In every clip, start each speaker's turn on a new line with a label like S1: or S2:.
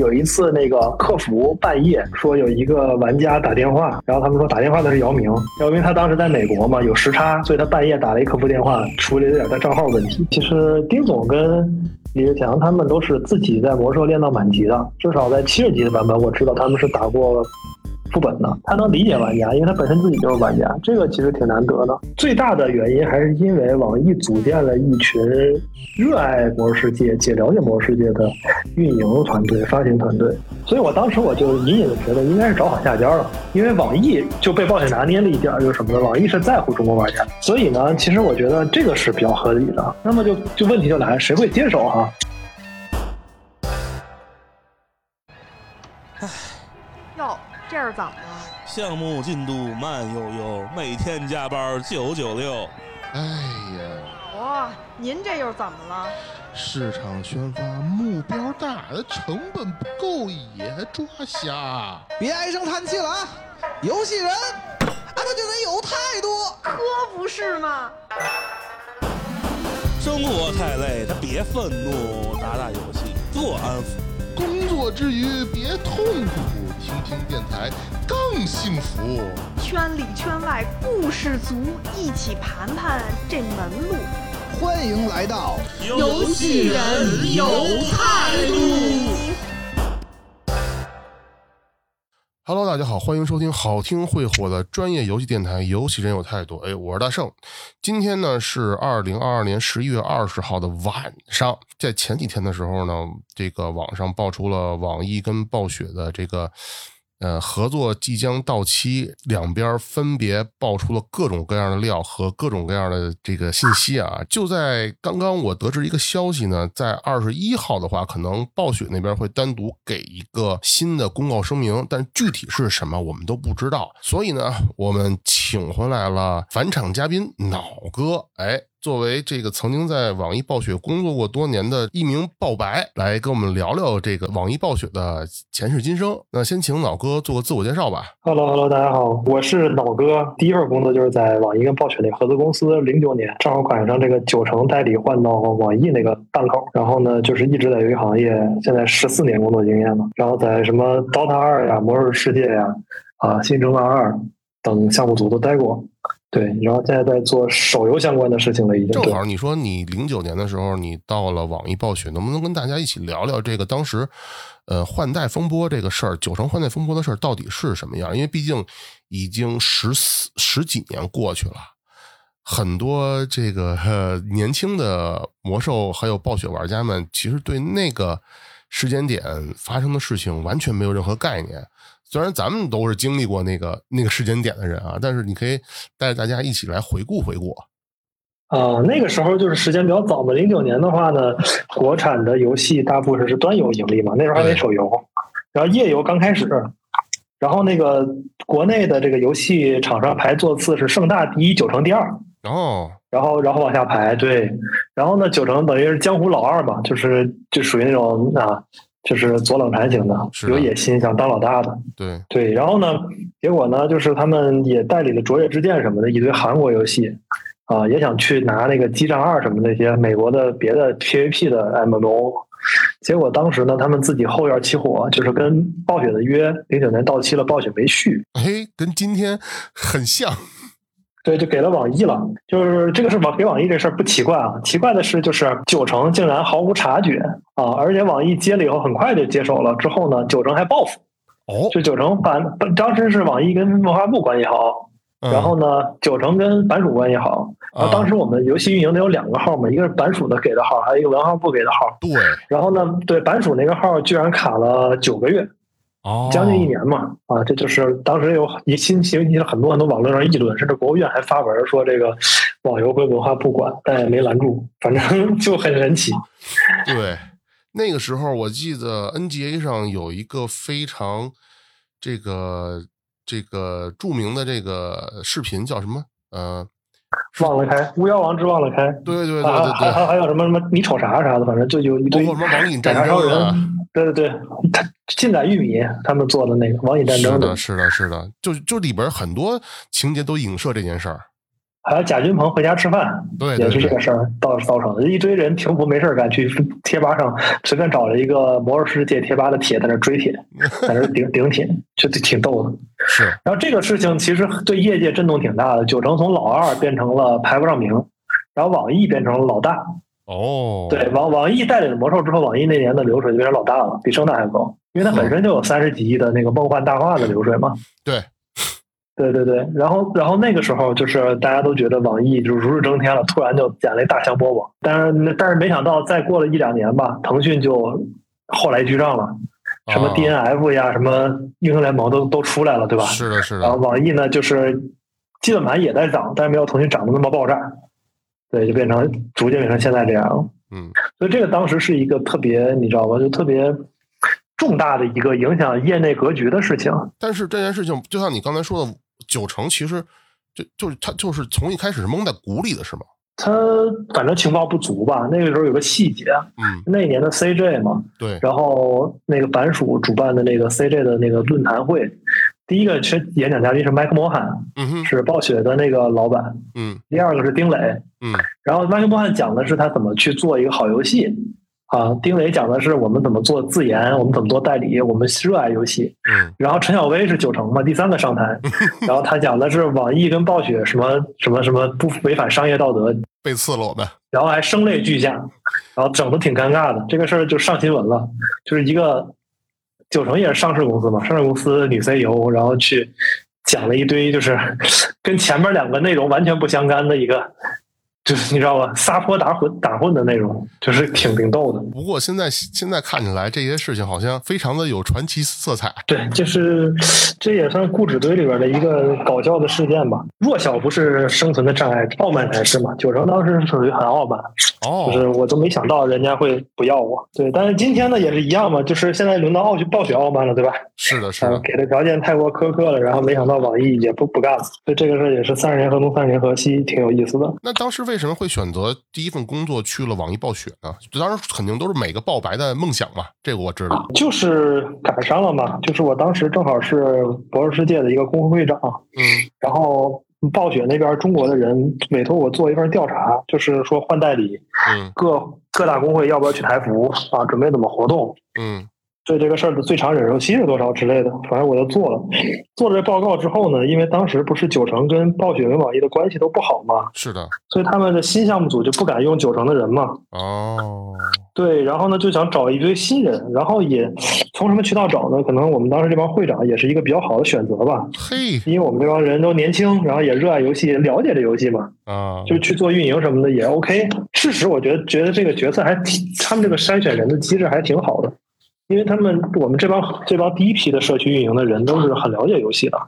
S1: 有一次，那个客服半夜说有一个玩家打电话，然后他们说打电话的是姚明，姚明他当时在美国嘛，有时差，所以他半夜打了一客服电话，处理了点他账号问题。其实丁总跟李志强他们都是自己在魔兽练到满级的，至少在七十级的版本，我知道他们是打过。副本的，他能理解玩家，因为他本身自己就是玩家，这个其实挺难得的。 最大的原因还是因为网易组建了一群热爱魔兽世界且了解魔兽世界的运营团队、发行团队，所以我当时我就隐隐的觉得应该是找好下家了，因为网易就被暴雪拿捏了一点，就是什么呢？网易是在乎中国玩家，所以呢，其实我觉得这个是比较合理的。那么就就问题就来了，谁会接手啊？
S2: 哟，这是怎么了？
S3: 项目进度慢悠悠，每天加班九九六。
S4: 哎呀，
S2: 哇、哦您这又怎么了？
S4: 市场宣发目标大，成本不够也抓瞎。
S5: 别唉声叹气了啊！游戏人啊，他就得有态度。
S2: 可不是嘛！
S3: 生活太累，他别愤怒，打打游戏，做安抚。
S4: 工作之余别痛苦，听听电台更幸福。
S2: 圈里圈外故事足，一起盘盘这门路。
S5: 欢迎来到
S3: 游戏人有态度。
S4: Hello，大家好，欢迎收听好听会火的专业游戏电台《游戏人有态度》。哎，我是大圣。今天呢是二零二二年十一月二十号的晚上，在前几天的时候呢，这个网上爆出了网易跟暴雪的这个呃合作即将到期，两边分别爆出了各种各样的料和各种各样的这个信息啊。就在刚刚，我得知一个消息呢，在二十一号的话，可能暴雪那边会单独给一个新的公告声明，但具体是什么我们都不知道。所以呢，我们请回来了返场嘉宾脑哥，哎。作为这个曾经在网易暴雪工作过多年的一名暴白，来跟我们聊聊这个网易暴雪的前世今生。那先请脑哥做个自我介绍吧。
S1: Hello，Hello，大家好，我是脑哥。第一份工作就是在网易跟暴雪那合资公司，零九年正好赶上这个九成代理换到网易那个档口，然后呢，就是一直在游戏行业，现在十四年工作经验了。然后在什么 DOTA 二呀、魔兽世界呀、啊、新争霸二等项目组都待过。对，然后现在在做手游相关的事情了，已经。
S4: 正好你说你零九年的时候，你到了网易暴雪，能不能跟大家一起聊聊这个当时，呃，换代风波这个事儿，九成换代风波的事儿到底是什么样？因为毕竟已经十四十几年过去了，很多这个、 呃、年轻的魔兽还有暴雪玩家们，其实对那个时间点发生的事情完全没有任何概念。虽然咱们都是经历过那个那个时间点的人啊，但是你可以带着大家一起来回顾回顾。
S1: 呃，那个时候就是时间比较早嘛，零九年的话呢，国产的游戏大部分是端游盈利嘛，那时候还没手游，然后页游刚开始，然后那个国内的这个游戏厂商排座次是盛大第一，九成第二，
S4: 然后，
S1: 然后然后往下排，对，然后呢九成等于是江湖老二嘛，就是就属于那种啊，就是左冷禅型的，
S4: 是的
S1: 有野心想当老大的，
S4: 对，
S1: 对，然后呢，结果呢，就是他们也代理了《卓越之剑》什么的一堆韩国游戏，啊、也想去拿那个《激战二》什么那些美国的别的 PVP 的 MMO。结果当时呢，他们自己后院起火，就是跟暴雪的约，零九年到期了，暴雪没续，
S4: 哎，跟今天很像，
S1: 对，就给了网易了。就是这个事网给网易这事儿不奇怪啊，奇怪的是就是九成竟然毫无察觉啊，而且网易接了以后很快就接手了，之后呢，九成还报复，
S4: 哦，
S1: 就九成把当时是网易跟文化部关系好，
S4: 嗯啊
S1: 然后呢，九成跟版主关系好。然后当时我们游戏运营的有两个号嘛，一个是版主的给的号，还有一个文化部给的号。
S4: 对，
S1: 然后呢，对版主那个号居然卡了九个月，
S4: 哦，
S1: 将近一年嘛。啊，这就是当时有一新引起了很多很多网络上议论，甚至国务院还发文说这个网游归文化部管，但也没拦住，反正就很神奇。
S4: 对，那个时候我记得 NGA 上有一个非常这个这个著名的这个视频叫什么？呃，
S1: 忘了开巫妖王之忘了开，
S4: 对对对
S1: 啊，
S4: 对
S1: 还
S4: 对，
S1: 还还有什么什么你瞅啥啥的，反正就有一
S4: 包
S1: 堆
S4: 括什么网瘾
S1: 斩
S4: 战
S1: 杀超
S4: 争
S1: 人
S4: 啊。，
S1: 对对对，他近代玉米他们做的那个网瘾战
S4: 是
S1: 争
S4: 的，是的，是的，就就里边很多情节都影射这件事儿。
S1: 还有贾君鹏回家吃饭，
S4: 对
S1: 也
S4: 对
S1: 是这
S4: 对，
S1: 个事儿造造成的。一堆人停服没事儿干，去贴吧上随便找了一个《魔兽世界》贴吧的帖，在那儿追帖，在那儿顶顶帖，就挺逗的。
S4: 是
S1: 然后这个事情其实对业界震动挺大的，九成从老二变成了排不上名，然后网易变成了老大。
S4: 哦，
S1: 对，网网易带领魔兽之后，网易那年的流水就变成老大了，比盛大还高，因为它本
S4: 哦
S1: 身就有三十几亿的那个梦幻大话的流水 嘛。
S4: 对，
S1: 对对对，然后然后那个时候就是大家都觉得网易就如日中天了，突然就捡了一大香饽饽，但是但是没想到再过了一两年吧，腾讯就后来居上了，什么
S4: 啊
S1: DNF 呀，什么英雄联盟都都出来了，对吧？
S4: 是的，是
S1: 然后
S4: 的，
S1: 网易呢，就是基本盘也在涨，但是没有腾讯涨得那么爆炸，对，就变成逐渐变成现在这样了。
S4: 嗯，
S1: 所以这个当时是一个特别，你知道吧，就特别重大的一个影响业内格局的事情。
S4: 但是这件事情就像你刚才说的，九成其实就就是他就是从一开始是蒙在鼓里的，是吗？
S1: 他反正情报不足吧，那个时候有个细节，
S4: 嗯，
S1: 那年的 CJ 嘛，
S4: 对，
S1: 然后那个版署主办的那个 CJ 的那个论坛会，第一个是演讲嘉宾是麦克摩罕，
S4: 嗯哼，
S1: 是暴雪的那个老板，
S4: 嗯
S1: 第二个是丁磊，
S4: 嗯
S1: 然后麦克波汉讲的是他怎么去做一个好游戏，啊，丁磊讲的是我们怎么做自研，我们怎么做代理，我们热爱游戏。
S4: 嗯，
S1: 然后陈小薇是九成嘛，第三个上台，然后他讲的是网易跟暴雪什么什么什么不违反商业道德，
S4: 被刺了我们，
S1: 然后还声泪俱下，然后整的挺尴尬的。这个事儿就上新闻了，就是一个九成也是上市公司嘛，上市公司女 CEO，然后去讲了一堆就是 跟前面两个内容完全不相干的一个，就是你知道吧，撒泼打混打混的内容，就是挺挺逗的。
S4: 不过现在现在看起来这些事情好像非常的有传奇色彩，
S1: 对，就是这也算固执堆里边的一个搞笑的事件吧。弱小不是生存的障碍，傲慢才是嘛。九成当时属于很傲慢，就
S4: 哦，
S1: 是我都没想到人家会不要我。对，但是今天呢也是一样嘛，就是现在轮到傲雪暴雪傲慢了，对吧？
S4: 是的，是
S1: 嗯，
S4: 的，
S1: 给的条件太过苛刻了，然后没想到网易也不不干了。所以这个事儿也是三十年河东，三十年河西，挺有意思的。
S4: 那当时为什么会选择第一份工作去了网易暴雪呢？当然肯定都是每个报白的梦想嘛，这个我知道。
S1: 就是赶上了嘛，就是我当时正好是博士世界的一个工会会长，
S4: 嗯
S1: 然后暴雪那边中国的人委托我做一份调查，就是说换代理
S4: 嗯
S1: 各各大工会要不要去台服啊，准备怎么活动，
S4: 嗯
S1: 对这个事儿的最长忍受期是多少之类的，反正我就做了。做了这报告之后呢，因为当时不是九成跟暴雪跟网易的关系都不好嘛，
S4: 是的，
S1: 所以他们的新项目组就不敢用九成的人嘛。
S4: 哦，
S1: 对，然后呢就想找一堆新人，然后也从什么渠道找呢？可能我们当时这帮会长也是一个比较好的选择吧，
S4: 嘿
S1: 因为我们这帮人都年轻，然后也热爱游戏，了解这游戏嘛，
S4: 啊，
S1: 就去做运营什么的也 OK。事实我觉得觉得这个角色还挺，他们这个筛选人的机制还挺好的，因为他们我们这帮这帮第一批的社区运营的人都是很了解游戏的。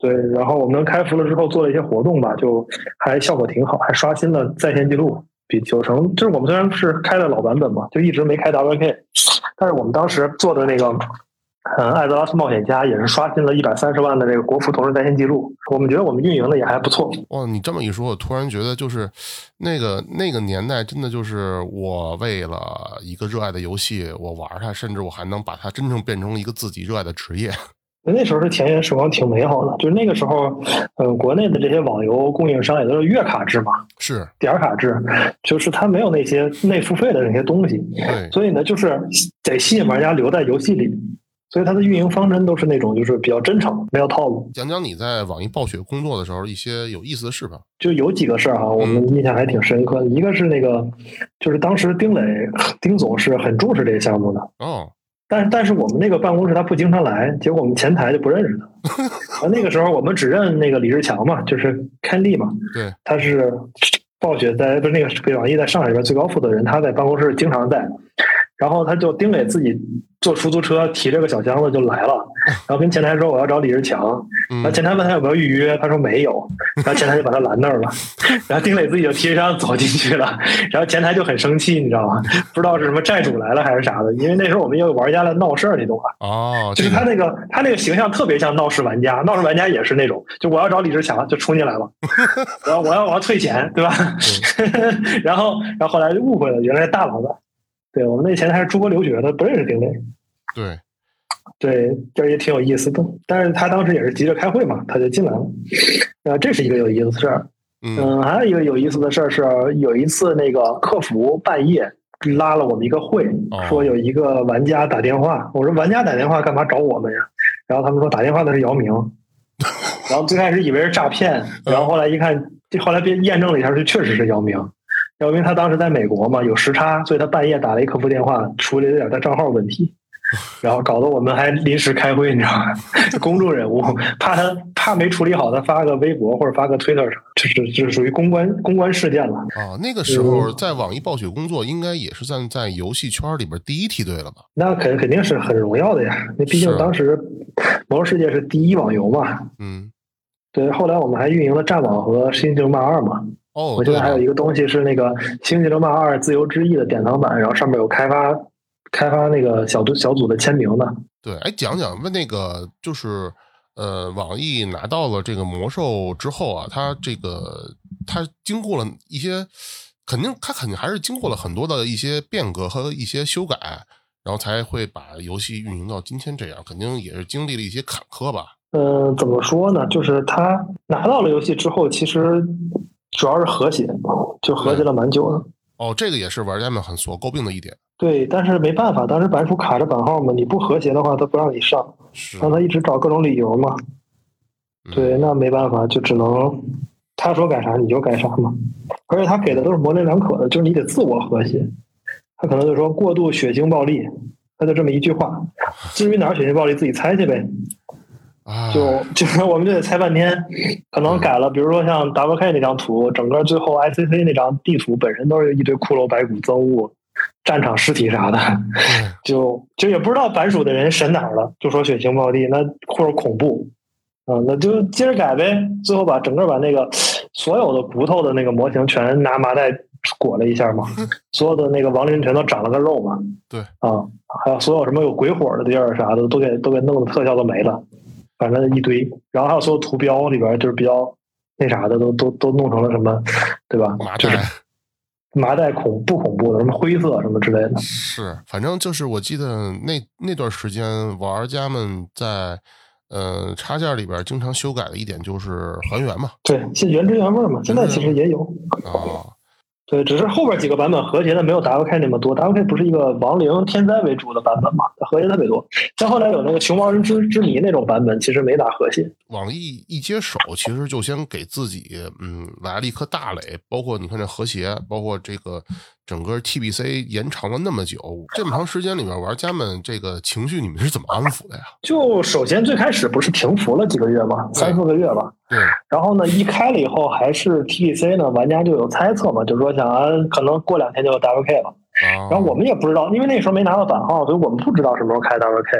S1: 对，然后我们开服了之后做了一些活动吧，就还效果挺好，还刷新了在线记录，比九成就是我们虽然是开的老版本嘛，就一直没开 WK，但是我们当时做的那个，嗯，艾泽拉斯冒险家也是刷新了一百三十万的这个国服同时在线记录，我们觉得我们运营的也还不错，
S4: 哇，你这么一说，我突然觉得就是那个那个年代，真的就是我为了一个热爱的游戏，我玩它，甚至我还能把它真正变成一个自己热爱的职业。
S1: 那时候的田园时光挺美好的，就是那个时候，嗯，国内的这些网游供应商也都是月卡制嘛，
S4: 是，
S1: 点儿卡制，就是它没有那些内付费的那些东西，
S4: 对，
S1: 所以呢，就是得吸引玩家留在游戏里，所以它的运营方针都是那种就是比较真诚，没有套路。
S4: 讲讲你在网易暴雪工作的时候一些有意思的事吧。
S1: 就有几个事儿、哈，我们印象还挺深刻的，一个是那个，就是当时丁磊丁总是很重视这个项目的，
S4: 哦，
S1: 但是但是我们那个办公室他不经常来，结果我们前台就不认识他。然后那个时候我们只认那个李志强嘛，就是 Candy 嘛，
S4: 对，
S1: 他是暴雪在不是那个北网易在上海这边最高负责人，他在办公室经常在。然后他就丁磊自己坐出租车提着个小箱子就来了，然后跟前台说我要找李志强，
S4: 嗯
S1: 然后前台问他有没有预约，他说没有，然后前台就把他拦那儿了， 然后丁磊自己就提着箱子走进去了，然后前台就很生气，你知道吗？不知道是什么债主来了还是啥的，因为那时候我们也有玩家来闹事儿，你懂吧？
S4: 哦，
S1: 就是
S4: 这
S1: 他
S4: 个
S1: 那个他那个形象特别像闹事玩家，闹事玩家也是那种，就我要找李志强就冲进来了，然后我要我要退钱，对吧？ 然后然后后来就误会了，原来是大老板。对我们那前台是出国留学的，不认识丁磊。
S4: 对，
S1: 对，这也挺有意思的。但是他当时也是急着开会嘛，他就进来了。呃，这是一个有意思的事儿。
S4: 嗯
S1: 嗯，还有一个有意思的事儿是，有一次那个客服半夜拉了我们一个会
S4: 哦，
S1: 说有一个玩家打电话，我说玩家打电话干嘛找我们呀？然后他们说打电话的是姚明，然后最开始以为是诈骗，然后后来一看，后来被验证了一下，就确实是姚明。姚明他当时在美国嘛，有时差，所以他半夜打了一客服电话，处理了点他账号问题，然后搞得我们还临时开会，你知道吗？ 公众人物，怕他怕没处理好，他发个微博或者发个推特啥，这是这是属于公关公关事件了。
S4: 啊，那个时候
S1: 嗯
S4: 在网易暴雪工作，应该也是算在游戏圈里边第一梯队了吧？
S1: 那肯肯定是很荣耀的呀，那毕竟
S4: 是
S1: 当时《魔兽世界》是第一网游嘛。
S4: 嗯，
S1: 对，后来我们还运营了战网和《新星漫二》嘛。
S4: 哦，
S1: 我记
S4: 对
S1: 得还有
S4: 了
S1: 一个东西是那个《星际争霸二：自由之翼》的典藏版，然后上面有开发开发那个小组小组的签名的。
S4: 对，哎，讲讲问那个就是呃，网易拿到了这个魔兽之后啊，它这个它经过了一些，肯定它肯定还是经过了很多的一些变革和一些修改，然后才会把游戏运营到今天这样，肯定也是经历了一些坎坷吧？
S1: 嗯，怎么说呢？就是他拿到了游戏之后，其实主要是和谐，就和谐了蛮久的。
S4: 哦，这个也是玩家们很所诟病的一点。
S1: 对，但是没办法，当时版主卡着版号嘛，你不和谐的话，他不让你上，
S4: 是，
S1: 让他一直找各种理由嘛。
S4: 嗯
S1: 对，那没办法，就只能他说改啥你就改啥嘛。而且他给的都是模棱两可的，就是你得自我和谐。他可能就说过度血腥暴力，他就这么一句话。至于哪儿血腥暴力，自己猜去呗。
S4: 啊，
S1: 就 就是我们就得猜半天，可能改了，比如说像 WK 那张图，整个最后 ICC 那张地图本身都是一堆骷髅、白骨、憎恶、战场尸体啥的，
S4: 对
S1: 就就也不知道版属的人神哪儿了，就说血腥暴力，那或者恐怖，嗯，那就接着改呗，最后把整个把那个所有的骨头的那个模型全拿麻袋裹了一下嘛，所有的那个亡灵全都长了个肉嘛，
S4: 嗯对
S1: 啊，还有所有什么有鬼火的地儿啥的都给都给弄的特效都没了，反正一堆，然后还有所有图标里边就是比较那啥的都都都弄成了什么，对吧？
S4: 麻
S1: 就是
S4: 袋
S1: 麻袋恐不恐怖的，什么灰色什么之类的，
S4: 是，反正就是我记得那那段时间，玩家们在呃插件里边经常修改的一点就是还原嘛
S1: 对，是原汁原味儿嘛。现在其实也有，
S4: 啊，
S1: 对，只是后边几个版本和谐的没有 WK 那么多。WK 不是一个亡灵天灾为主的版本嘛，和谐特别多。像后来有那个熊猫人之之谜那种版本，其实没打和谐。
S4: 网易一接手，其实就先给自己嗯来了一颗大垒，包括你看这和谐，包括这个整个 TBC 延长了那么久，这么长时间里边，玩家们这个情绪你们是怎么安抚的呀？啊
S1: 就首先最开始不是停服了几个月嘛，
S4: 对
S1: 三四个月吧。
S4: 对，
S1: 然后呢，一开了以后还是 TDC 呢，玩家就有猜测嘛，就说想啊，可能过两天就有 WK 了。
S4: 啊、
S1: 然后我们也不知道，因为那时候没拿到版号，所以我们不知道什么时候开 WK。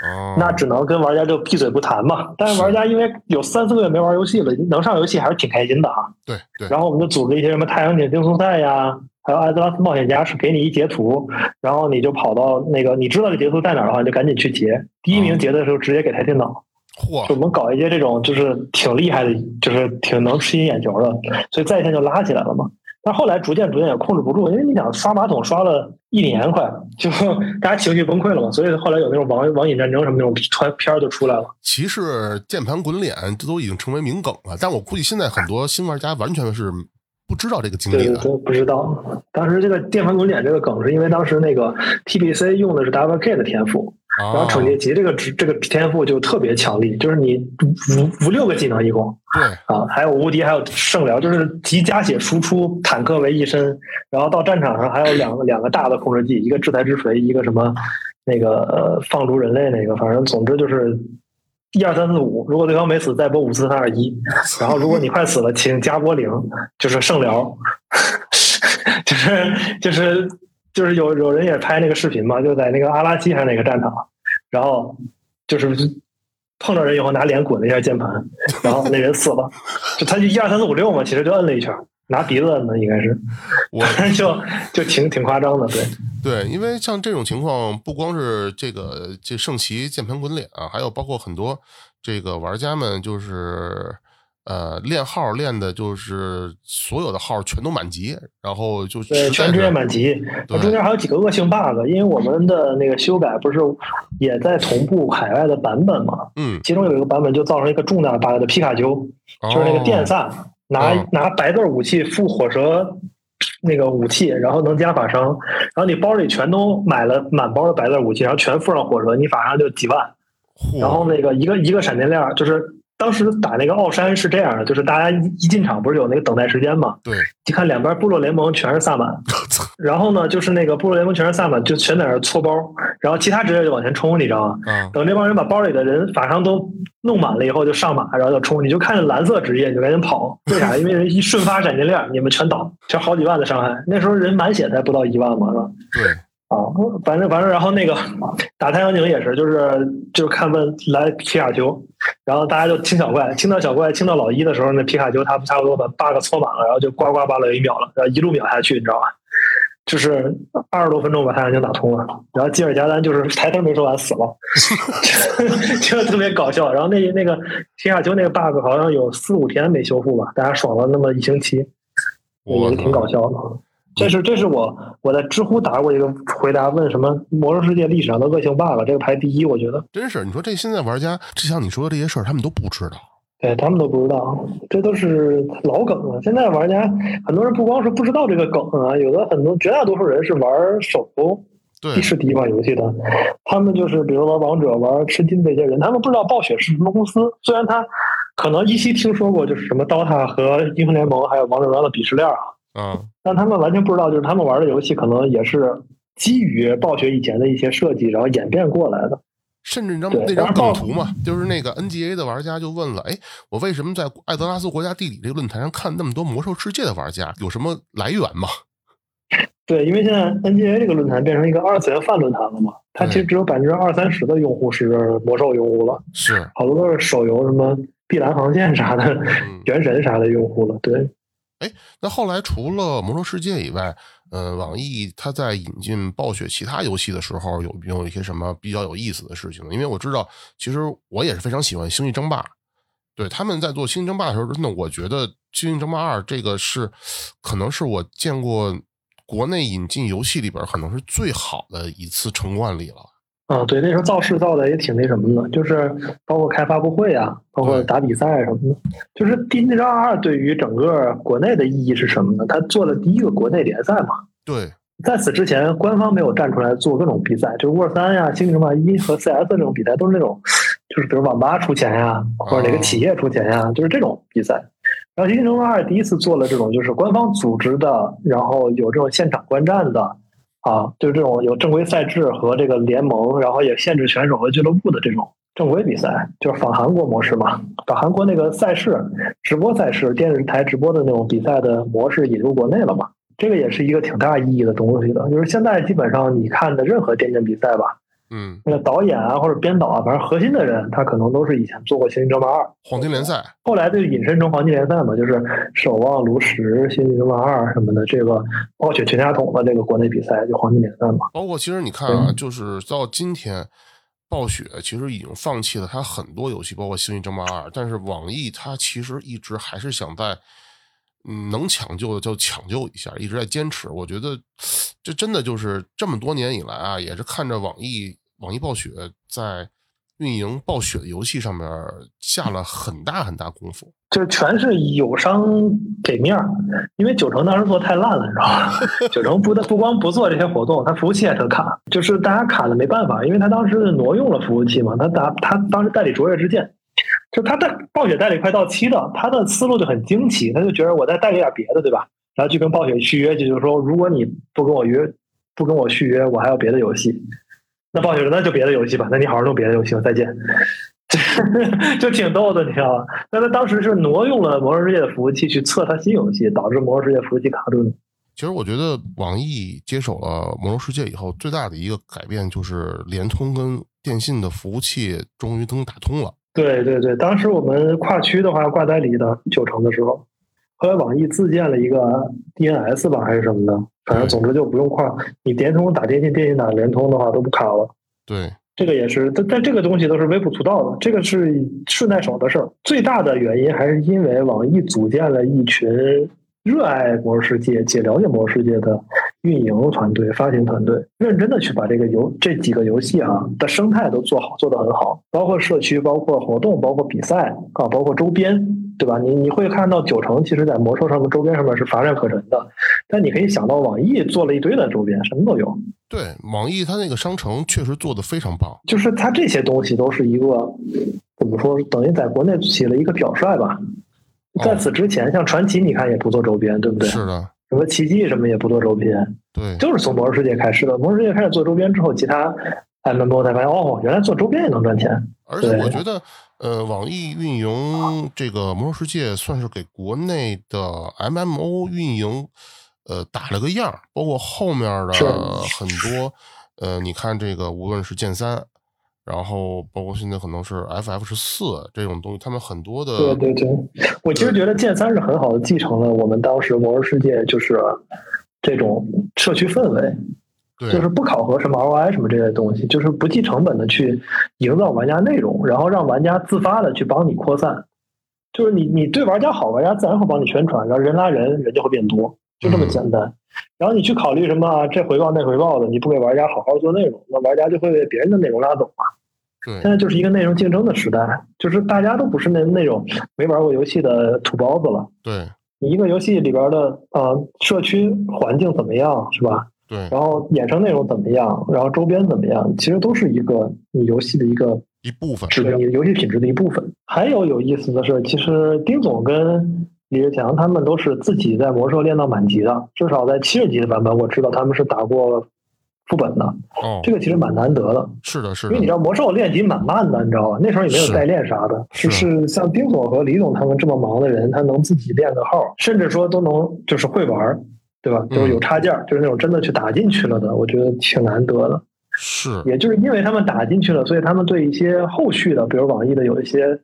S4: 啊
S1: 那只能跟玩家就闭嘴不谈嘛。但是玩家因为有三四个月没玩游戏了，能上游戏还是挺开心的啊。
S4: 对对，
S1: 然后我们就组织一些什么太阳井竞速赛呀，还有艾泽拉斯冒险家，是给你一截图，然后你就跑到那个你知道这截图在哪儿的话，你就赶紧去截。第一名截的时候直接给台电脑。就
S4: 嚯，
S1: 我们搞一些这种就是挺厉害的，就是挺能吸引眼球的，所以在线就拉起来了嘛。但后来逐渐逐渐也控制不住，因为你想刷马桶刷了一年快，就 大家情绪崩溃了嘛，所以后来有那种网网瘾战争什么那种穿片儿就出来了。
S4: 骑士键盘滚脸，这都已经成为名梗了。但我估计现在很多新玩家完全是不知道这个经
S1: 对
S4: 历
S1: 对
S4: 的。
S1: 对，不知道。当时这个电饭滚脸这个梗是因为当时那个 TBC 用的是 WK 的天赋，
S4: 然
S1: 然后惩戒级这个职这个天赋就特别强力，就是你五五六个技能一共，
S4: 对，
S1: 啊，还有无敌，还有圣疗，就是集加血输出，坦克为一身。然后到战场上还有两个两个大的控制技，一个制裁之锤，一个什么那个、呃、放逐人类那个，反正总之就是一二三四五。如果对方没死，再播五四三二一。然后如果你快死了，请加播零，就是圣疗， 就是就是就是有有人也拍那个视频嘛，就在那个阿拉西还是哪个战场，然后就是碰着人以后拿脸滚了一下键盘，然后那人死了，就他就一二三四五六嘛，其实就摁了一圈，拿鼻子摁的应该是，
S4: 我
S1: 反正就就挺挺夸张的，对，
S4: 对，因为像这种情况，不光是这个这圣骑键盘滚脸啊，还有包括很多这个玩家们，就是呃练号练的，就是所有的号全都满级，然后就
S1: 对，
S4: 实在
S1: 全职业
S4: 是
S1: 满级，
S4: 对
S1: 中间还有几个恶性 bug，因为我们的那个修改不是也在同步海外的版本嘛，
S4: 嗯，
S1: 其中有一个版本就造成一个重大 bug 的皮卡丘，就是那个电
S4: 哦
S1: 萨，拿、
S4: 嗯
S1: 拿白字儿武器附火蛇那个武器，然后能加法伤，然后你包里全都买了满包的白字儿武器，然后全附上火蛇，你法伤就几万。
S4: 嚯
S1: 然后那个一个一个闪电链儿，就是当时打那个奥山是这样的，就是大家一一进场不是有那个等待时间嘛，
S4: 对，
S1: 你看两边部落联盟全是萨满，
S4: 操
S1: 然后呢就是那个部落联盟全是萨满，就全在那儿搓包，然后其他职业就往前冲，你知道吗？
S4: 啊，
S1: 等这帮人把包里的人法伤都弄满了以后，就上马，然后就冲，你就看着蓝色职业你就赶紧跑，为啥？因为人一瞬发闪电链儿，你们全倒，全好几万的伤害。那时候人满血才不到一万嘛，是吧？
S4: 对，
S1: 啊，反正反正，然后那个打太阳井也是，就是就是看问来皮卡丘，然后大家就清小怪，清到小怪，清到老一的时候，那皮卡丘他们差不多把 bug 搓满了，然后就呱呱呱了一秒了，然后一路秒下去，你知道吧？就是二十多分钟把太阳井打通了，然后吉尔加丹就是台词没说完死了， 就特别搞笑。然后那那个皮卡丘那个 bug 好像有四五天没修复吧，大家爽了那么一星期，
S4: 我嗯
S1: 也挺搞
S4: 靠，
S1: 笑的。这是这是我我在知乎答过一个回答，问什么《魔兽世界》历史上的恶性 bug，这个排第一，我觉得，
S4: 真是你说这现在玩家，就像你说的这些事儿，他们都不知道，
S1: 对他们都不知道，这都是老梗了。现在玩家很多人不光是不知道这个梗啊，有的很多绝大多数人是玩手游
S4: 对
S1: 第，是第一款游戏的，他们就是比如玩王者、玩吃鸡这些人，他们不知道暴雪是什么公司，虽然他可能依稀听说过就是什么 DOTA 和英雄联盟还有王者荣耀的鄙视链啊，
S4: 啊，
S1: 但他们完全不知道，就是他们玩的游戏可能也是基于暴雪以前的一些设计，然后演变过来的。
S4: 甚至那张
S1: 对
S4: 那张
S1: 然后
S4: 梗图嘛，就是那个 NGA 的玩家就问了，哎，我为什么在艾泽拉斯国家地理这个论坛上看那么多魔兽世界的玩家，有什么来源吗？
S1: 对，因为现在 NGA 这个论坛变成一个二次元泛论坛了嘛，它其实只有百分之二三十的用户是魔兽用户了，
S4: 是，
S1: 好多都是手游什么碧蓝航线啥的、
S4: 嗯，
S1: 原神啥的用户了。对，
S4: 那后来除了《魔兽世界》以外，呃，网易它在引进暴雪其他游戏的时候，有没有一些什么比较有意思的事情呢？因为我知道，其实我也是非常喜欢《星际争霸》，对他们在做《星际争霸》的时候，真的我觉得《星际争霸二》这个是可能是我见过国内引进游戏里边可能是最好的一次成功案例了。
S1: 啊，对，那时候造势造的也挺那什么的，就是包括开发布会啊，包括
S4: 对
S1: 打比赛什么的。就是第那张二对于整个国内的意义是什么呢？它做了第一个国内联赛嘛。
S4: 对，
S1: 在此之前，官方没有站出来做各种比赛，就是 Word 三呀、星际争霸一和 CS 这种比赛，都是那种，就是比如网吧出钱呀，或者哪个企业出钱呀，就是这种比赛。然后星际争霸二第一次做了这种，就是官方组织的，然后有这种现场观战的，啊，就是这种有正规赛制和这个联盟，然后也限制选手和俱乐部的这种正规比赛，就是仿韩国模式嘛，把韩国那个赛事、直播赛事、电视台直播的那种比赛的模式引入国内了嘛。这个也是一个挺大意义的东西的，就是现在基本上你看的任何电竞比赛吧，
S4: 嗯，
S1: 那个导演啊或者编导啊，反正核心的人他可能都是以前做过《星际争霸二》，
S4: 黄金联赛，
S1: 后来就引申成黄金联赛嘛，就是守望、炉石、《星际争霸二》什么的，这个暴雪全家桶的这个国内比赛就黄金联赛嘛。
S4: 包括其实你看啊，
S1: 嗯
S4: 就是到今天，暴雪其实已经放弃了它很多游戏，包括《星际争霸二》，但是网易它其实一直还是想在，嗯，能抢救的就抢救一下，一直在坚持。我觉得这真的就是这么多年以来啊，也是看着网易网易暴雪在运营暴雪的游戏上面下了很大很大功夫。
S1: 就是全是友商给面儿，因为九城当时做太烂了，你知道吗？九城不但不光不做这些活动，它服务器也特卡，就是大家卡的没办法，因为他当时挪用了服务器嘛，他打他当时代理卓越之剑，就他代暴雪代理快到期了，他的思路就很惊奇，他就觉得我再代理点别的，对吧？然后就跟暴雪续约，就是说如果你不跟我约，不跟我续约，我还有别的游戏。那暴雪说那就别的游戏吧，那你好好弄别的游戏吧，再见。 就挺逗的，你知道吧？那他当时是挪用了《魔兽世界》的服务器去测他新游戏，导致《魔兽世界》服务器卡顿。
S4: 其实我觉得网易接手了《魔兽世界》以后，最大的一个改变就是联通跟电信的服务器终于能打通了。
S1: 对对对，当时我们跨区的话挂代理的九城的时候，后来网易自建了一个 DNS 吧还是什么的，反正总之就不用跨，你联通打电信，电信打联通的话都不卡了。
S4: 对，
S1: 这个也是，但但这个东西都是微不足道的，这个是顺带手的事儿。最大的原因还是因为网易组建了一群热爱魔兽世界且了解魔兽世界的运营团队、发行团队，认真的去把这个游这几个游戏啊的生态都做好，做得很好，包括社区、包括活动、包括比赛啊，包括周边。对吧？你你会看到九成其实在魔兽上面周边上面是乏善可陈的，但你可以想到网易做了一堆的周边，什么都有。
S4: 对，网易它那个商城确实做的非常棒。
S1: 就是它这些东西都是一个怎么说，等于在国内起了一个表率吧。在此之前，像传奇，你看也不做周边，对不对？
S4: 是的，
S1: 什么奇迹什么也不做周边，
S4: 对，
S1: 就是从魔兽世界开始的。魔兽世界开始做周边之后，其他 MMO 才发现，哦，原来做周边也能赚钱。
S4: 而且我
S1: 对
S4: 觉得，呃，网易运营这个《魔兽世界》算是给国内的 MMO 运营，呃，打了个样儿。包括后面
S1: 是
S4: 的很多，呃，你看这个，无论是剑三，然后包括现在可能是 FF 十四这种东西，他们很多
S1: 对
S4: 的
S1: 对对，我其实觉得剑三是很好的继承了我们当时魔兽世界就是这种社区氛围，
S4: 对
S1: 就是不考核什么 ROI 什么这类东西，就是不计成本的去营造玩家内容，然后让玩家自发的去帮你扩散。就是你你对玩家好，玩家自然会帮你宣传，然后人拉人，人就会变多，就这么简单。然后你去考虑什么啊这回报那回报的，你不给玩家好好做内容，那玩家就会被别人的内容拉走。
S4: 对
S1: 现在就是一个内容竞争的时代，就是大家都不是那那种没玩过游戏的土包子了。
S4: 对
S1: 你一个游戏里边的呃社区环境怎么样，是吧？
S4: 对
S1: 然后衍生内容怎么样，然后周边怎么样，其实都是一个你游戏的一个
S4: 一部分，
S1: 指标，你游戏品质的一部分。还有有意思的是，其实丁总跟李志强他们都是自己在魔兽练到满级的，至少在七十级的版本，我知道他们是打过副本的，
S4: 哦，
S1: 这个其实蛮难得的。
S4: 是的，是
S1: 因为你知
S4: 的，
S1: 道魔兽练级蛮慢的，你知道吧？那时候也没有
S4: 是
S1: 代练啥的，
S4: 是
S1: 就是像丁总和李总他们这么忙的人，他能自己练个号，甚至说都能就是会玩儿，对
S4: 嗯
S1: 吧？就是有插件儿，就是那种真的去打进去了的，我觉得挺难得的。
S4: 是
S1: 也就是因为他们打进去了，所以他们对一些后续的，比如网易的有一些。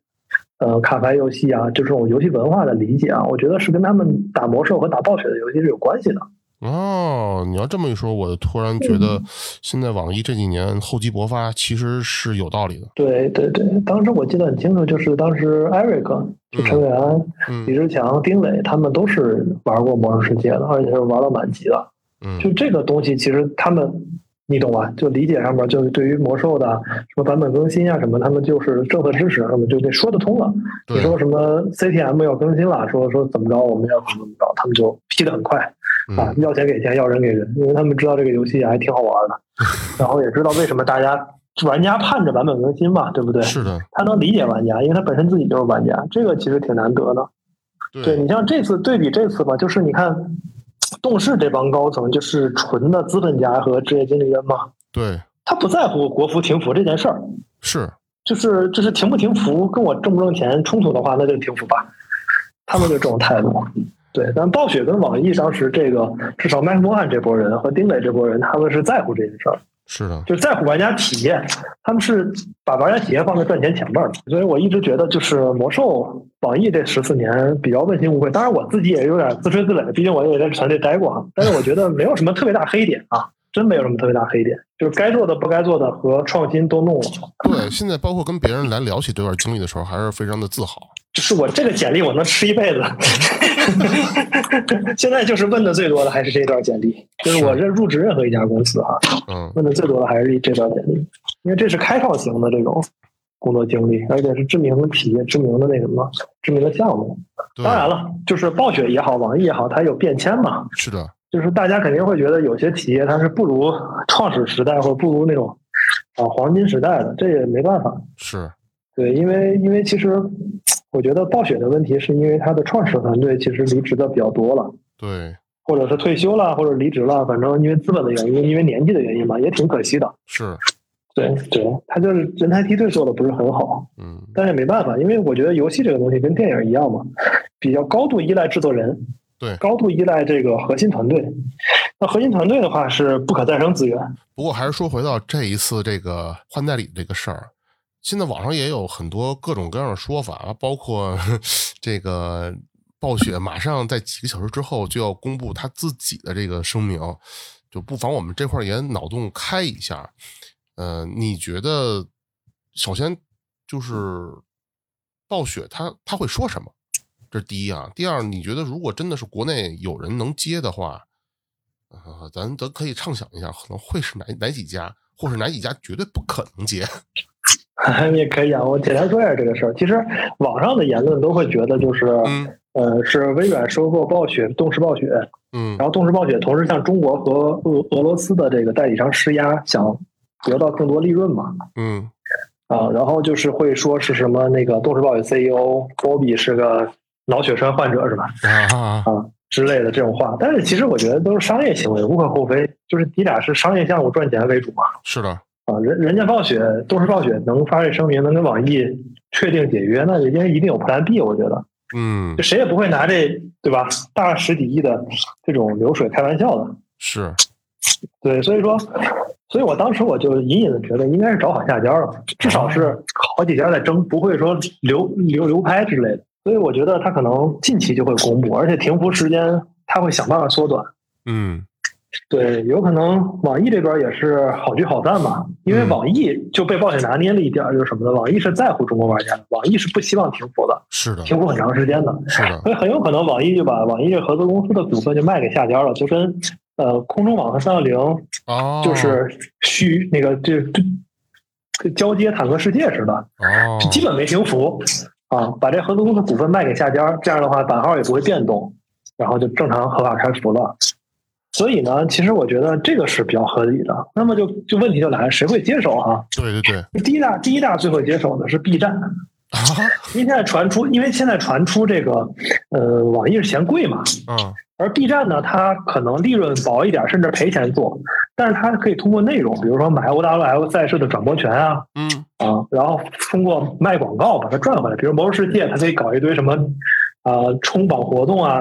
S1: 呃，卡牌游戏啊，就这种游戏文化的理解啊，我觉得是跟他们打魔兽和打暴雪的游戏是有关系的。
S4: 哦，你要这么一说，我突然觉得
S1: 嗯
S4: 现在网易这几年厚积薄发，其实是有道理的。
S1: 对对对，当时我记得很清楚，就是当时 Eric 就陈伟安，
S4: 嗯
S1: 李志强、丁磊他们都是玩过《魔兽世界》的，而且是玩到满级的。
S4: 嗯，
S1: 就这个东西，其实他们你懂吧？就理解上面，就是对于魔兽的什么版本更新啊什么，他们就是政策支持什么，就这说得通了。你
S4: 对
S1: 说什么 CTM 要更新了，说说怎么着，我们要怎么怎么着，他们就批得很快啊，
S4: 嗯
S1: 要钱给钱，要人给人，因为他们知道这个游戏还挺好玩 的，然后也知道为什么大家玩家盼着版本更新嘛，对不对？
S4: 是的，
S1: 他能理解玩家，因为他本身自己就是玩家，这个其实挺难得的。对你像这次对比这次吧，就是你看动视这帮高层就是纯的资本家和职业经理人嘛，
S4: 对，
S1: 他不在乎国服停服这件事儿，
S4: 是
S1: 就是就是停不停服跟我挣不挣钱冲突的话，那就停服吧。他们就这种态度。对，但暴雪跟网易当时这个，至少麦克莫汉这波人和丁磊这波人，他们是在乎这件事儿，
S4: 是的，
S1: 就在乎玩家体验，他们是把玩家体验放在赚钱前面儿的。所以我一直觉得，就是魔兽、网易这十四年比较问心无愧。当然，我自己也有点自吹自擂，毕竟我也在团队待过啊。但是我觉得没有什么特别大黑点啊，真没有什么特别大黑点，就是该做的不该做的和创新都弄了。
S4: 对。现在包括跟别人来聊起这段经历的时候，还是非常的自豪。
S1: 就是我这个简历我能吃一辈子。 现在就是问的最多的还是这段简历，就是我这入职任何一家公司啊，
S4: 嗯，
S1: 问的最多的还是这段简历，因为这是开创型的这种工作经历，而且是知名的企业、知名的那什么、知名的项目。
S4: 对
S1: 当，然了，就是暴雪也好，网易也好，它有变迁嘛，
S4: 是的，
S1: 就是大家肯定会觉得有些企业它是不如创始时代或者不如那种啊黄金时代的，这也没办法。
S4: 是
S1: 对，因为因为其实我觉得暴雪的问题是因为它的创始团队其实离职的比较多了，
S4: 对，
S1: 或者是退休了，或者离职了，反正因为资本的原因，因为年纪的原因嘛，也挺可惜的。
S4: 是，
S1: 对嗯对，他就是人才梯队做的不是很好，
S4: 嗯，
S1: 但是没办法，因为我觉得游戏这个东西跟电影一样嘛，比较高度依赖制作人，
S4: 对
S1: 高度依赖这个核心团队。那核心团队的话是不可再生资源，
S4: 不过还是说回到这一次这个换代理这个事儿，现在网上也有很多各种各样的说法，啊包括 这个暴雪马上在几个小时之后就要公布他自己的这个声明，就不妨我们这块儿也脑洞开一下。呃，你觉得首先就是暴雪他他会说什么？这是第一啊。第二，你觉得如果真的是国内有人能接的话，啊，咱咱可以畅想一下，可能会是哪哪几家，或是哪几家绝对不可能接。
S1: 也可以啊。我简单说一下这个事儿。其实网上的言论都会觉得，就是、
S4: 嗯
S1: 呃，是微软收购暴雪、动视暴雪，
S4: 嗯
S1: 然后动视暴雪同时向中国和俄俄罗斯的这个代理商施压，想得到更多利润嘛。
S4: 嗯
S1: 啊，然后就是会说是什么那个动视暴雪 CEO Bobby 是个脑血栓患者是吧
S4: 啊，
S1: 之类的这种话，但是其实我觉得都是商业行为，无可厚非，就是你俩是商业项目赚钱为主嘛。
S4: 是的，
S1: 啊，人人家暴雪动视暴雪能发这声明，能跟网易确定解约，那人家一定有 Plan B，我觉得
S4: 嗯
S1: 就谁也不会拿这对吧大十几亿的这种流水开玩笑的。
S4: 是，
S1: 对，所以说，所以我当时我就隐隐的觉得应该是找好下家了，至少是好几家在争，不会说流流流拍之类的。所以我觉得他可能近期就会公布，而且停服时间他会想办法缩短。
S4: 嗯
S1: 对，有可能网易这边也是好聚好散吧，因为
S4: 嗯
S1: 网易就被暴雪拿捏了一点，就是什么呢？网易是在乎中国玩家的，网易是不希望停服的，
S4: 是的，
S1: 停服很长时间的。
S4: 是的，
S1: 所以很有可能网易就把网易这合资公司的股份就卖给下家了，就跟呃空中网和三六零
S4: 哦，
S1: 就是虚那个这这这交接坦克世界似的，
S4: 哦，
S1: 基本没停服啊，把这合资公司股份卖给下家，这样的话版号也不会变动，然后就正常合法开服了。所以呢，其实我觉得这个是比较合理的。那么就就问题就来了，谁会接手啊？
S4: 对对对，
S1: 第一大第一大最会接手的是 B 站，
S4: 啊，
S1: 因为现在传出，因为现在传出这个呃网易是嫌贵嘛，
S4: 嗯
S1: 而 B 站呢，它可能利润薄一点，甚至赔钱做，但是它可以通过内容，比如说买 OWL 赛事的转播权啊
S4: 嗯
S1: 啊，然后通过卖广告把它赚回来。比如《魔兽世界》，它可以搞一堆什么呃冲榜活动啊、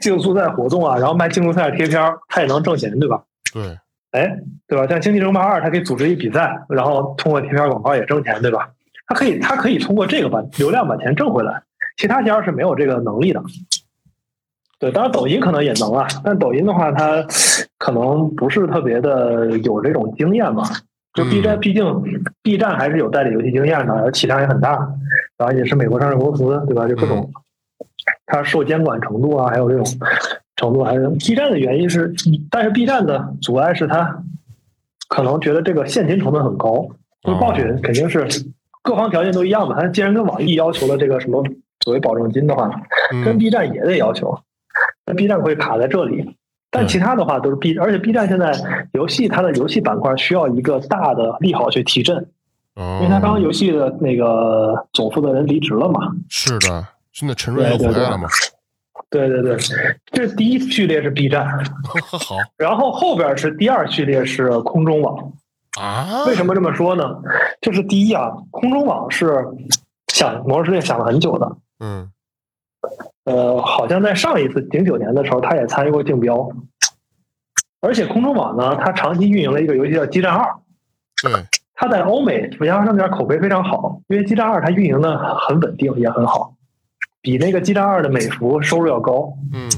S1: 竞速赛活动啊，然后卖竞速赛贴片儿，它也能挣钱，对吧？
S4: 对，
S1: 哎，对吧？像《星际争霸二》，它可以组织一比赛，然后通过贴片广告也挣钱，对吧？它可以，它可以通过这个把流量把钱挣回来，其他家是没有这个能力的。对，当然抖音可能也能啊，但抖音的话，它可能不是特别的有这种经验吧。就 B 站，
S4: 嗯
S1: 毕竟 B 站还是有代理游戏经验的，而体量也很大，然后也是美国上市公司，对吧？就各种它受监管程度啊，还有这种程度，还是 B 站的原因是，嗯但是 B 站的阻碍是它可能觉得这个现金成本很高，就是
S4: 哦
S1: 暴雪肯定是各方条件都一样嘛，它既然跟网易要求了这个什么所谓保证金的话，跟
S4: 嗯
S1: B 站也得要求那，B 站会卡在这里。但
S4: 对
S1: 其他的话都是 B，而且 B 站现在游戏它的游戏板块需要一个大的利好去提振，因为它刚刚
S4: 哦，
S1: 游戏的那个总负责人离职了嘛，
S4: 是的，现在陈瑞又
S1: 对对
S4: 回来
S1: 对
S4: 了嘛，
S1: 对对对，这第一序列是 B 站，
S4: 好
S1: 然后后边是第二序列是空中网。
S4: 啊，
S1: 为什么这么说呢？就是第一啊，空中网是想《魔兽世界》想了很久的，
S4: 嗯
S1: 呃，好像在上一次零九年的时候，他也参与过竞标。而且空中网呢，它长期运营了一个游戏叫《激战二》，
S4: 对，
S1: 它在欧美玩家上面口碑非常好，因为《激战二》它运营的很稳定，也很好，比那个《激战二》的美服收入要高。
S4: 嗯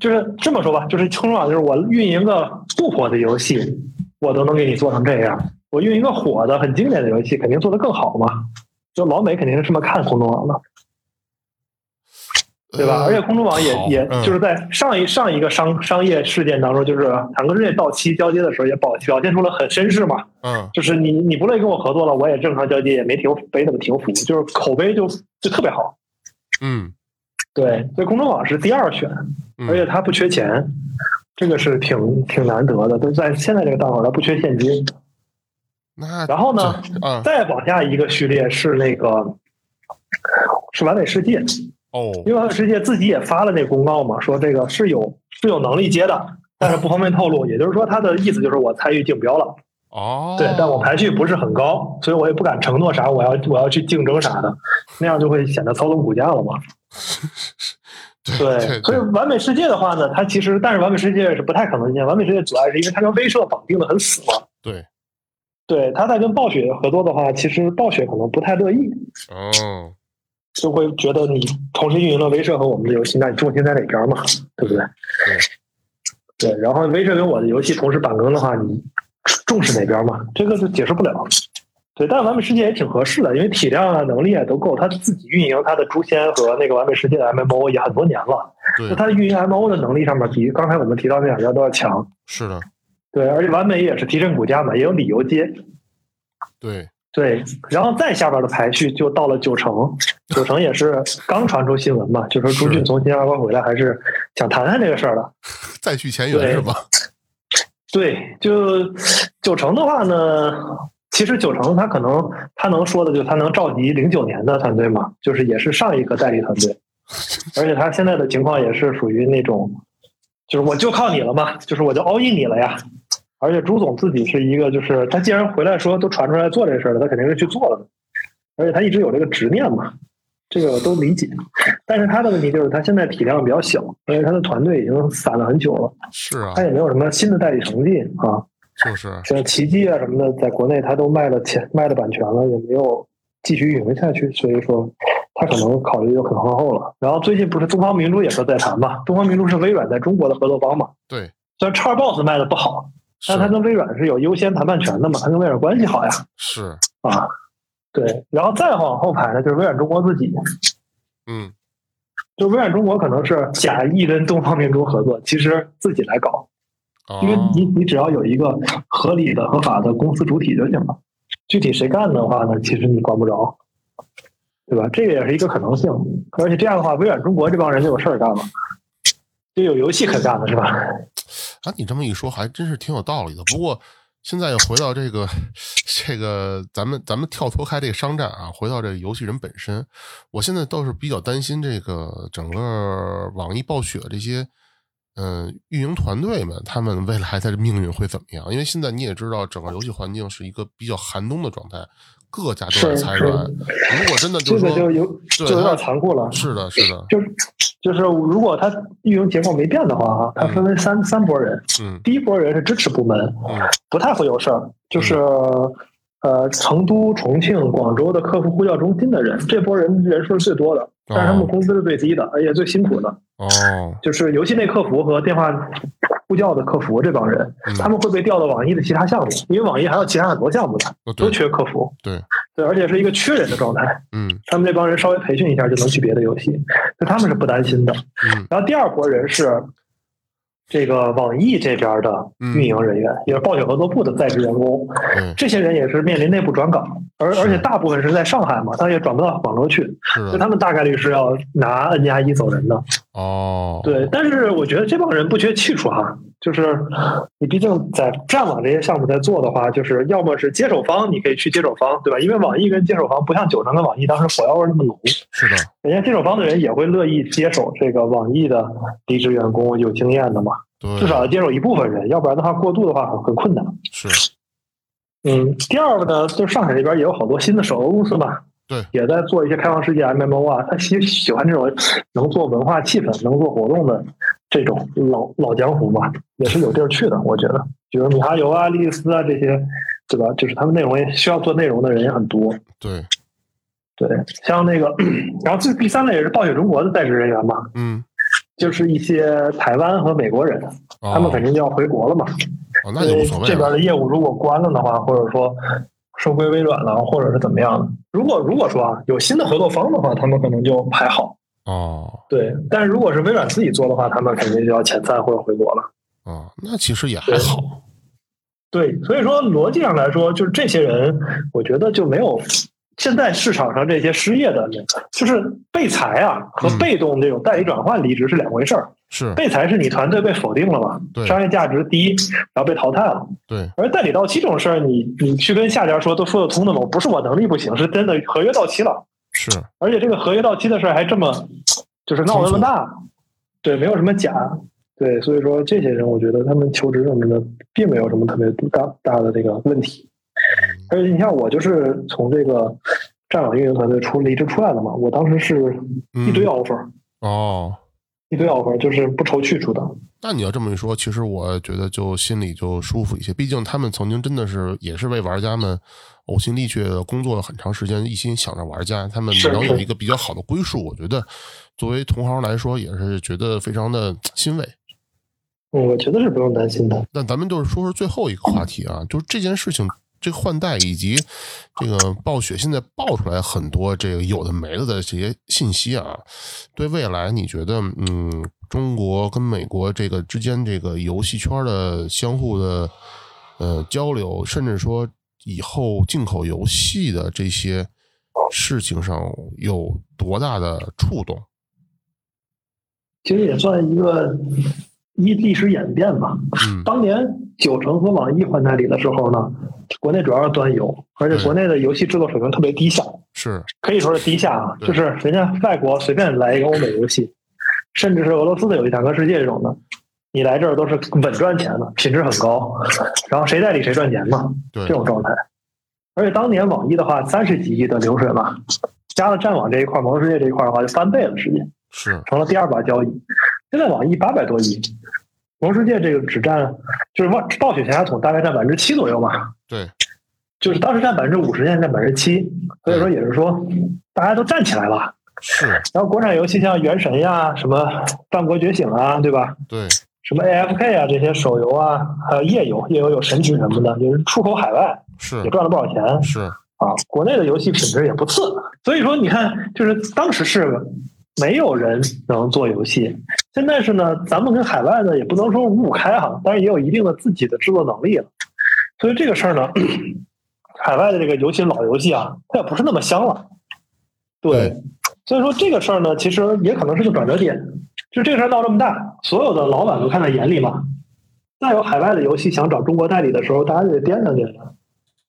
S1: 就是这么说吧，就是冲浪，就是我运营个不火的游戏，我都能给你做成这样。我运营个火的、很经典的游戏，肯定做得更好嘛。就老美肯定是这么看空中网的，对吧？
S4: 呃
S1: 而且空中网也
S4: 好
S1: 也
S4: 嗯
S1: 就是在上一上一个商商业事件当中，就是坦克世界到期交接的时候，也表表现出了很绅士嘛。
S4: 嗯
S1: 就是你你不乐意跟我合作了，我也正常交接，也没停没怎么停服，就是口碑就就特别好。
S4: 嗯
S1: 对，所以空中网是第二选。
S4: 嗯，
S1: 而且他不缺钱，这个是挺挺难得的。就在现在这个档口，他不缺现金。
S4: 那
S1: 然后呢
S4: 这啊
S1: 再往下一个序列是那个是完美世界，
S4: 哦，
S1: 因为完美世界自己也发了那公告嘛，说这个是有是有能力接的，但是不方便透露。也就是说，他的意思就是我参与竞标了，
S4: 哦，
S1: 对，但我排序不是很高，所以我也不敢承诺啥，我要我要去竞争啥的，那样就会显得操纵股价了嘛。
S4: 对
S1: 对，所以
S4: 对
S1: 完美世界的话呢，它其实但是完美世界是不太可能进，完美世界阻碍是因为它跟威社绑定的很死嘛。
S4: 对，
S1: 对，它在跟暴雪合作的话，其实暴雪可能不太乐意，
S4: 哦，
S1: 就会觉得你同时运营了威社和我们的游戏，那你重心在哪边嘛？对不对？对，然后威社跟我的游戏同时板更的话，你重视哪边嘛？这个就解释不了。对，但完美世界也挺合适的，因为体量啊、能力啊都够，它自己运营它的诛仙和那个完美世界的 MMO 也很多年了。就
S4: 对，
S1: 它的运营 MO 的能力上面比刚才我们提到那两家都要强。
S4: 是的，
S1: 对，而且完美也是提振股价嘛，也有理由接。
S4: 对，
S1: 对，然后再下边的排序就到了九成，九成也是刚传出新闻嘛，就说朱
S4: 是
S1: 俊从新加坡回来，还是想谈谈这个事儿的。
S4: 再续前缘
S1: 对
S4: 是吧？
S1: 对，就九成的话呢，其实九成他可能他能说的就是他能召集零九年的团队嘛，就是也是上一个代理团队，而且他现在的情况也是属于那种，就是我就靠你了嘛，就是我就 all in 你了呀。而且朱总自己是一个，就是他既然回来说都传出来做这事儿了，他肯定是去做了的，而且他一直有这个执念嘛，这个我都理解。但是他的问题就是他现在体量比较小，而且他的团队已经散了很久了。
S4: 是啊
S1: 他，也没有什么新的代理成绩啊，
S4: 就是
S1: 像奇迹啊什么的，在国内他都卖了钱，卖了版权了，也没有继续运营下去，所以说他可能考虑就很靠后了。然后最近不是东方明珠也说在谈嘛，东方明珠是微软在中国的合作方嘛，
S4: 对，
S1: 虽然 Xbox 卖的不好，但他
S4: 是
S1: 跟微软是有优先谈判权的嘛，他跟微软关系好呀
S4: 是，
S1: 啊，对，然后再往后排呢，就是微软中国自己，
S4: 嗯，
S1: 就微软中国可能是假意跟东方明珠合作，其实自己来搞，
S4: 啊
S1: 因为你你只要有一个合理的、合法的公司主体就行了。具体谁干的话呢，其实你管不着，对吧？这个也是一个可能性。而且这样的话，微软中国这帮人就有事儿干了，就有游戏可干了，是吧？
S4: 啊，你这么一说，还真是挺有道理的。不过现在又回到这个这个，咱们咱们跳脱开这个商战啊，回到这个游戏人本身，我现在倒是比较担心这个整个网易暴雪这些。嗯，运营团队们他们未来的命运会怎么样？因为现在你也知道，整个游戏环境是一个比较寒冬的状态，各家都
S1: 是
S4: 在裁
S1: 是
S4: 员。如果真的
S1: 这
S4: 就是
S1: 个就
S4: 说，
S1: 有就
S4: 对
S1: 有
S4: 他
S1: 点残酷了。
S4: 是的，是的，
S1: 就是就是，如果它运营结构没变的话啊，它分为三三波人。
S4: 嗯
S1: 第一波人是支持部门，
S4: 嗯
S1: 不太会有事儿，就是呃，成都、重庆、广州的客户呼叫中心的人，这波人人数是最多的，但是他们工资是最低的，而且最辛苦的，
S4: 哦，
S1: 就是游戏内客服和电话呼叫的客服这帮人，
S4: 嗯
S1: 他们会被调到网易的其他项目，因为网易还有其他很多项目的
S4: 哦
S1: 都
S4: 对，
S1: 缺客服，
S4: 对
S1: 对，而且是一个缺人的状态，
S4: 嗯
S1: 他们这帮人稍微培训一下就能去别的游戏，所以他们是不担心的。
S4: 嗯
S1: 然后第二波人是这个网易这边的运营人员，也是暴雪合作部的在职员工，
S4: 嗯对，
S1: 这些人也是面临内部转岗，而
S4: 是
S1: 而且大部分是在上海嘛，他也转不到广州去，
S4: 是
S1: 所以
S4: 的，
S1: 他们大概率是要拿 N 加一走人的。
S4: 哦，
S1: 对，但是我觉得这帮人不缺气数哈，就是你毕竟在战网这些项目在做的话，就是要么是接手方，你可以去接手方，对吧？因为网易跟接手方不像九成跟网易当时火药味那么浓，
S4: 是的，
S1: 人家接手方的人也会乐意接手这个网易的离职员工，有经验的嘛，
S4: 对，
S1: 至少要接手一部分人，要不然的话过渡的话很很困难。
S4: 是
S1: 嗯，第二个呢，就是上海这边也有好多新的手游公司嘛，
S4: 对，
S1: 也在做一些开放世界 MMO 啊，他喜喜欢这种能做文化气氛、能做活动的这种老老江湖嘛，也是有地儿去的，我觉得，比如米哈游啊、莉莉丝啊这些，对吧？就是他们内容也需要做内容的人也很多，
S4: 对，
S1: 对，像那个， 然后这第三类人是暴雪中国的在职人员嘛，
S4: 嗯，
S1: 就是一些台湾和美国人，
S4: 哦、
S1: 他们肯定就要回国了嘛，
S4: 哦，那就无所
S1: 因
S4: 谓
S1: 为这边
S4: 了。
S1: 的业务如果关了的话，或者说收归微软了，或者是怎么样的，如果如果说啊有新的合作方的话，他们可能就还好。
S4: 哦，
S1: 对，但是如果是微软自己做的话，他们肯定就要遣散或者回国了。
S4: 哦，那其实也还好。
S1: 对，所以说逻辑上来说，就是这些人，我觉得就没有现在市场上这些失业的人，就是被裁啊和
S4: 嗯
S1: 被动这种代理转换离职是两回事儿。
S4: 是
S1: 被裁是你团队被否定了嘛
S4: 对，
S1: 商业价值低，然后被淘汰了。
S4: 对，
S1: 而代理到期这种事儿，你你去跟下家说都说得通的吗？不是我能力不行，是真的合约到期了，
S4: 是
S1: 而且这个合约到期的事儿还这么就是闹得那么大，对，没有什么假，对，所以说这些人，我觉得他们求职什么的，并没有什么特别大大的这个问题。而且你像我，就是从这个战网运营团队出离职出来的嘛，我当时是一堆
S4: 嗯
S1: offer，、
S4: 哦。
S1: 一堆 offer，就是不愁去处的，
S4: 那你要这么一说，其实我觉得就心里就舒服一些。毕竟他们曾经真的是也是为玩家们呕心沥血的工作了很长时间，一心想着玩家，他们
S1: 是
S4: 能有
S1: 是
S4: 一个比较好的归宿，我觉得作为同行来说也是觉得非常的欣慰。
S1: 嗯我觉得是不用担心的。
S4: 那咱们就是说说最后一个话题啊，就是这件事情，这个换代以及这个暴雪现在爆出来很多这个有的没的的这些信息啊，对未来你觉得，嗯，中国跟美国这个之间这个游戏圈的相互的呃交流，甚至说以后进口游戏的这些事情上有多大的触动？
S1: 其实也算一个一历史演变吧。
S4: 嗯
S1: 当年九城和网易换代理的时候呢，国内主要是端游，而且
S4: 对
S1: 国内的游戏制作水平特别低下，
S4: 是，
S1: 可以说是低下啊。
S4: 对
S1: 就是人家外国随便来一个欧美游戏，甚至是俄罗斯的游戏《坦克世界》这种的，你来这儿都是稳赚钱的，品质很高，然后谁代理谁赚钱嘛，
S4: 对
S1: 这，种状态。而且当年网易的话，三十几亿的流水嘛，加了战网这一块、魔兽世界这一块的话，就翻倍了，直接。
S4: 是，
S1: 成了第二把交椅。现在网易八百多亿，魔兽世界这个只占就是万暴雪全家桶大概占百分之七左右吧，
S4: 对，
S1: 就是当时占百分之五十，现在占百分之七，所以说也是说大家都站起来了。
S4: 是，
S1: 然后国产游戏像《原神》呀、什么《战国觉醒》啊，对吧？
S4: 对，
S1: 什么 AFK 啊这些手游啊，还有页游，页游有神曲什么的，就是出口海外
S4: 是
S1: 也，赚了不少钱。
S4: 是，
S1: 啊，国内的游戏品质也不次，所以说你看，就是当时是没有人能做游戏，现在是呢，咱们跟海外呢也不能说五五开哈，但是也有一定的自己的制作能力了，所以这个事儿呢，海外的这个尤其是老游戏啊，它也不是那么香了，
S4: 对，
S1: 所以说这个事儿呢，其实也可能是个转折点，就这个事儿闹这么大，所有的老板都看在眼里嘛，再有海外的游戏想找中国代理的时候，大家就得掂量掂量。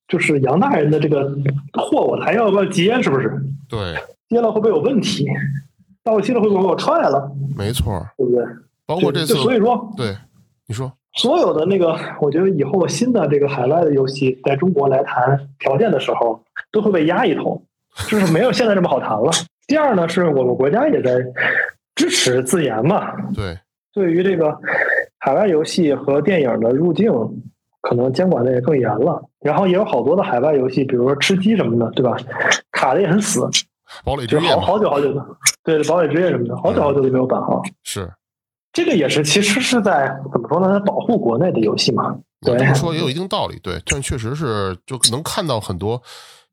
S1: 就是杨大人的这个货，我还要不要接？是不是
S4: 对，
S1: 接了会不会有问题？到期了会不会把我踹了？
S4: 没错儿。
S1: 对不对？
S4: 包括
S1: 就
S4: 这次
S1: 就，所以说，
S4: 对，你说，
S1: 所有的那个，我觉得以后新的这个海外的游戏在中国来谈条件的时候，都会被压一头，就是没有现在这么好谈了。第二呢，是我们国家也在支持自研嘛，
S4: 对，
S1: 对于这个海外游戏和电影的入境，可能监管的也更严了。然后也有好多的海外游戏，比如说吃鸡什么的，对吧？卡的也很死，
S4: 堡垒之
S1: 就是
S4: 夜
S1: 好
S4: 嘛，
S1: 好久好久的，对《堡垒之夜》什么的，好久好久都没有版号。
S4: 是，
S1: 这个也是，其实是在怎么说呢？在保护国内的游戏嘛。
S4: 你
S1: 对
S4: 这么说也有一定道理，对，但确实是就能看到很多，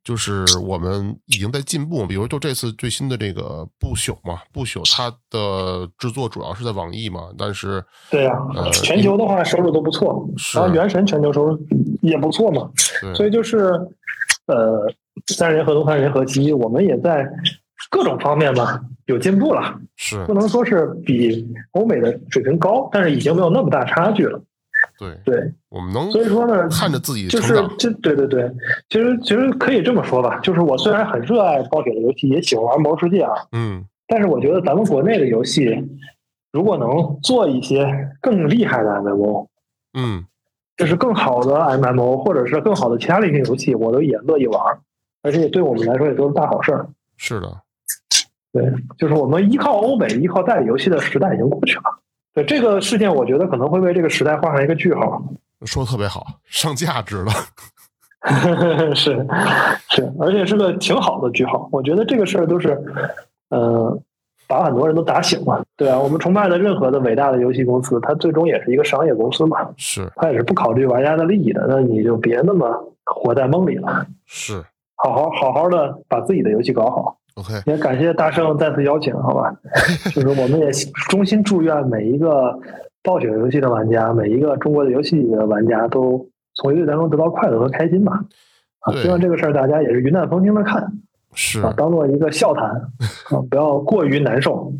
S4: 就是我们已经在进步，比如就这次最新的这个不朽嘛，不朽它的制作主要是在网易嘛，但是
S1: 对呀、
S4: 呃
S1: 全球的话收入都不错，
S4: 是嗯
S1: 然后《原神》全球收入也不错嘛。所
S4: 对
S1: 以就是，呃，三人合东，三人合七，我们也在各种方面吧有进步了。
S4: 是
S1: 不，能说是比欧美的水平高，但是已经没有那么大差距了。
S4: 对，
S1: 对，
S4: 我们能
S1: 所以说呢，
S4: 看着自己
S1: 就
S4: 成
S1: 是
S4: 长，
S1: 这，对对对，其实其实可以这么说吧，就是我虽然很热爱暴雪的游戏，也喜欢玩《魔兽世界》啊，
S4: 嗯，
S1: 但是我觉得咱们国内的游戏如果能做一些更厉害的 MMO，
S4: 嗯，
S1: 就是更好的 MMO，或者是更好的其他类型游戏，我都也乐意玩，而且对我们来说也都是大好事儿。
S4: 是的，
S1: 对，就是我们依靠欧美、依靠代理游戏的时代已经过去了。对这个事件，我觉得可能会为这个时代画上一个句号。
S4: 说的特别好，上价值了，
S1: 是是，而且是个挺好的句号。我觉得这个事儿都是，呃，把很多人都打醒了。对啊，我们崇拜的任何的伟大的游戏公司，它最终也是一个商业公司嘛，
S4: 是
S1: 它也是不考虑玩家的利益的。那你就别那么活在梦里了，
S4: 是
S1: 好好好好的把自己的游戏搞好。
S4: ，OK，
S1: 也感谢大圣再次邀请，好吧？就是我们也衷心祝愿每一个暴雪游戏的玩家，每一个中国的游戏的玩家都从游戏当中得到快乐和开心吧。啊，
S4: 对嗯
S1: 希望这个事儿大家也是云淡风轻的看
S4: 是
S1: 啊，当做一个笑谈啊，不要过于难受。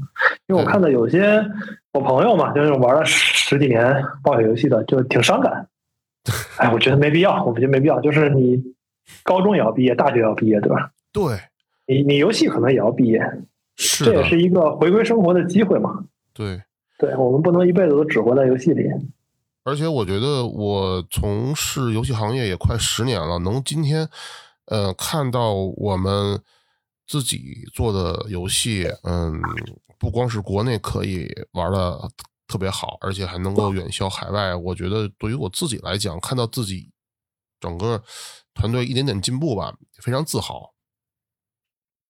S1: 因为我看到有些我朋友嘛，就是玩了十几年暴雪游戏的，就挺伤感。哎，我觉得没必要，我觉得没必要。就是你高中也要毕业，大学也要毕业，对吧？
S4: 对，
S1: 你你游戏可能也要毕业，
S4: 是
S1: 这
S4: 的
S1: 也，是一个回归生活的机会嘛。
S4: 对。
S1: 对我们不能一辈子都只活在游戏里。
S4: 而且我觉得我从事游戏行业也快十年了，能今天，呃，看到我们自己做的游戏，嗯，不光是国内可以玩的特别好，而且还能够远销海外。我觉得对于我自己来讲，看到自己整个团队一点点进步吧，非常自豪。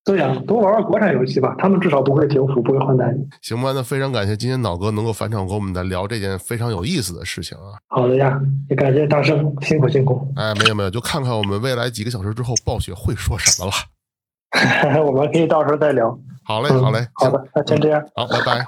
S1: 对呀、多玩玩国产游戏吧，他们至少不会停服，不会换代。
S4: 行吧，那非常感谢今天脑哥能够返场跟我们来聊这件非常有意思的事情啊。
S1: 好的呀，也感谢大圣，辛苦辛苦。
S4: 哎，没有没有，就看看我们未来几个小时之后暴雪会说什么了。
S1: 我们可以到时候再聊。
S4: 好嘞，
S1: 嗯
S4: 哎好嘞，
S1: 好
S4: 行，嗯
S1: 的，那先这样。
S4: 好，拜拜。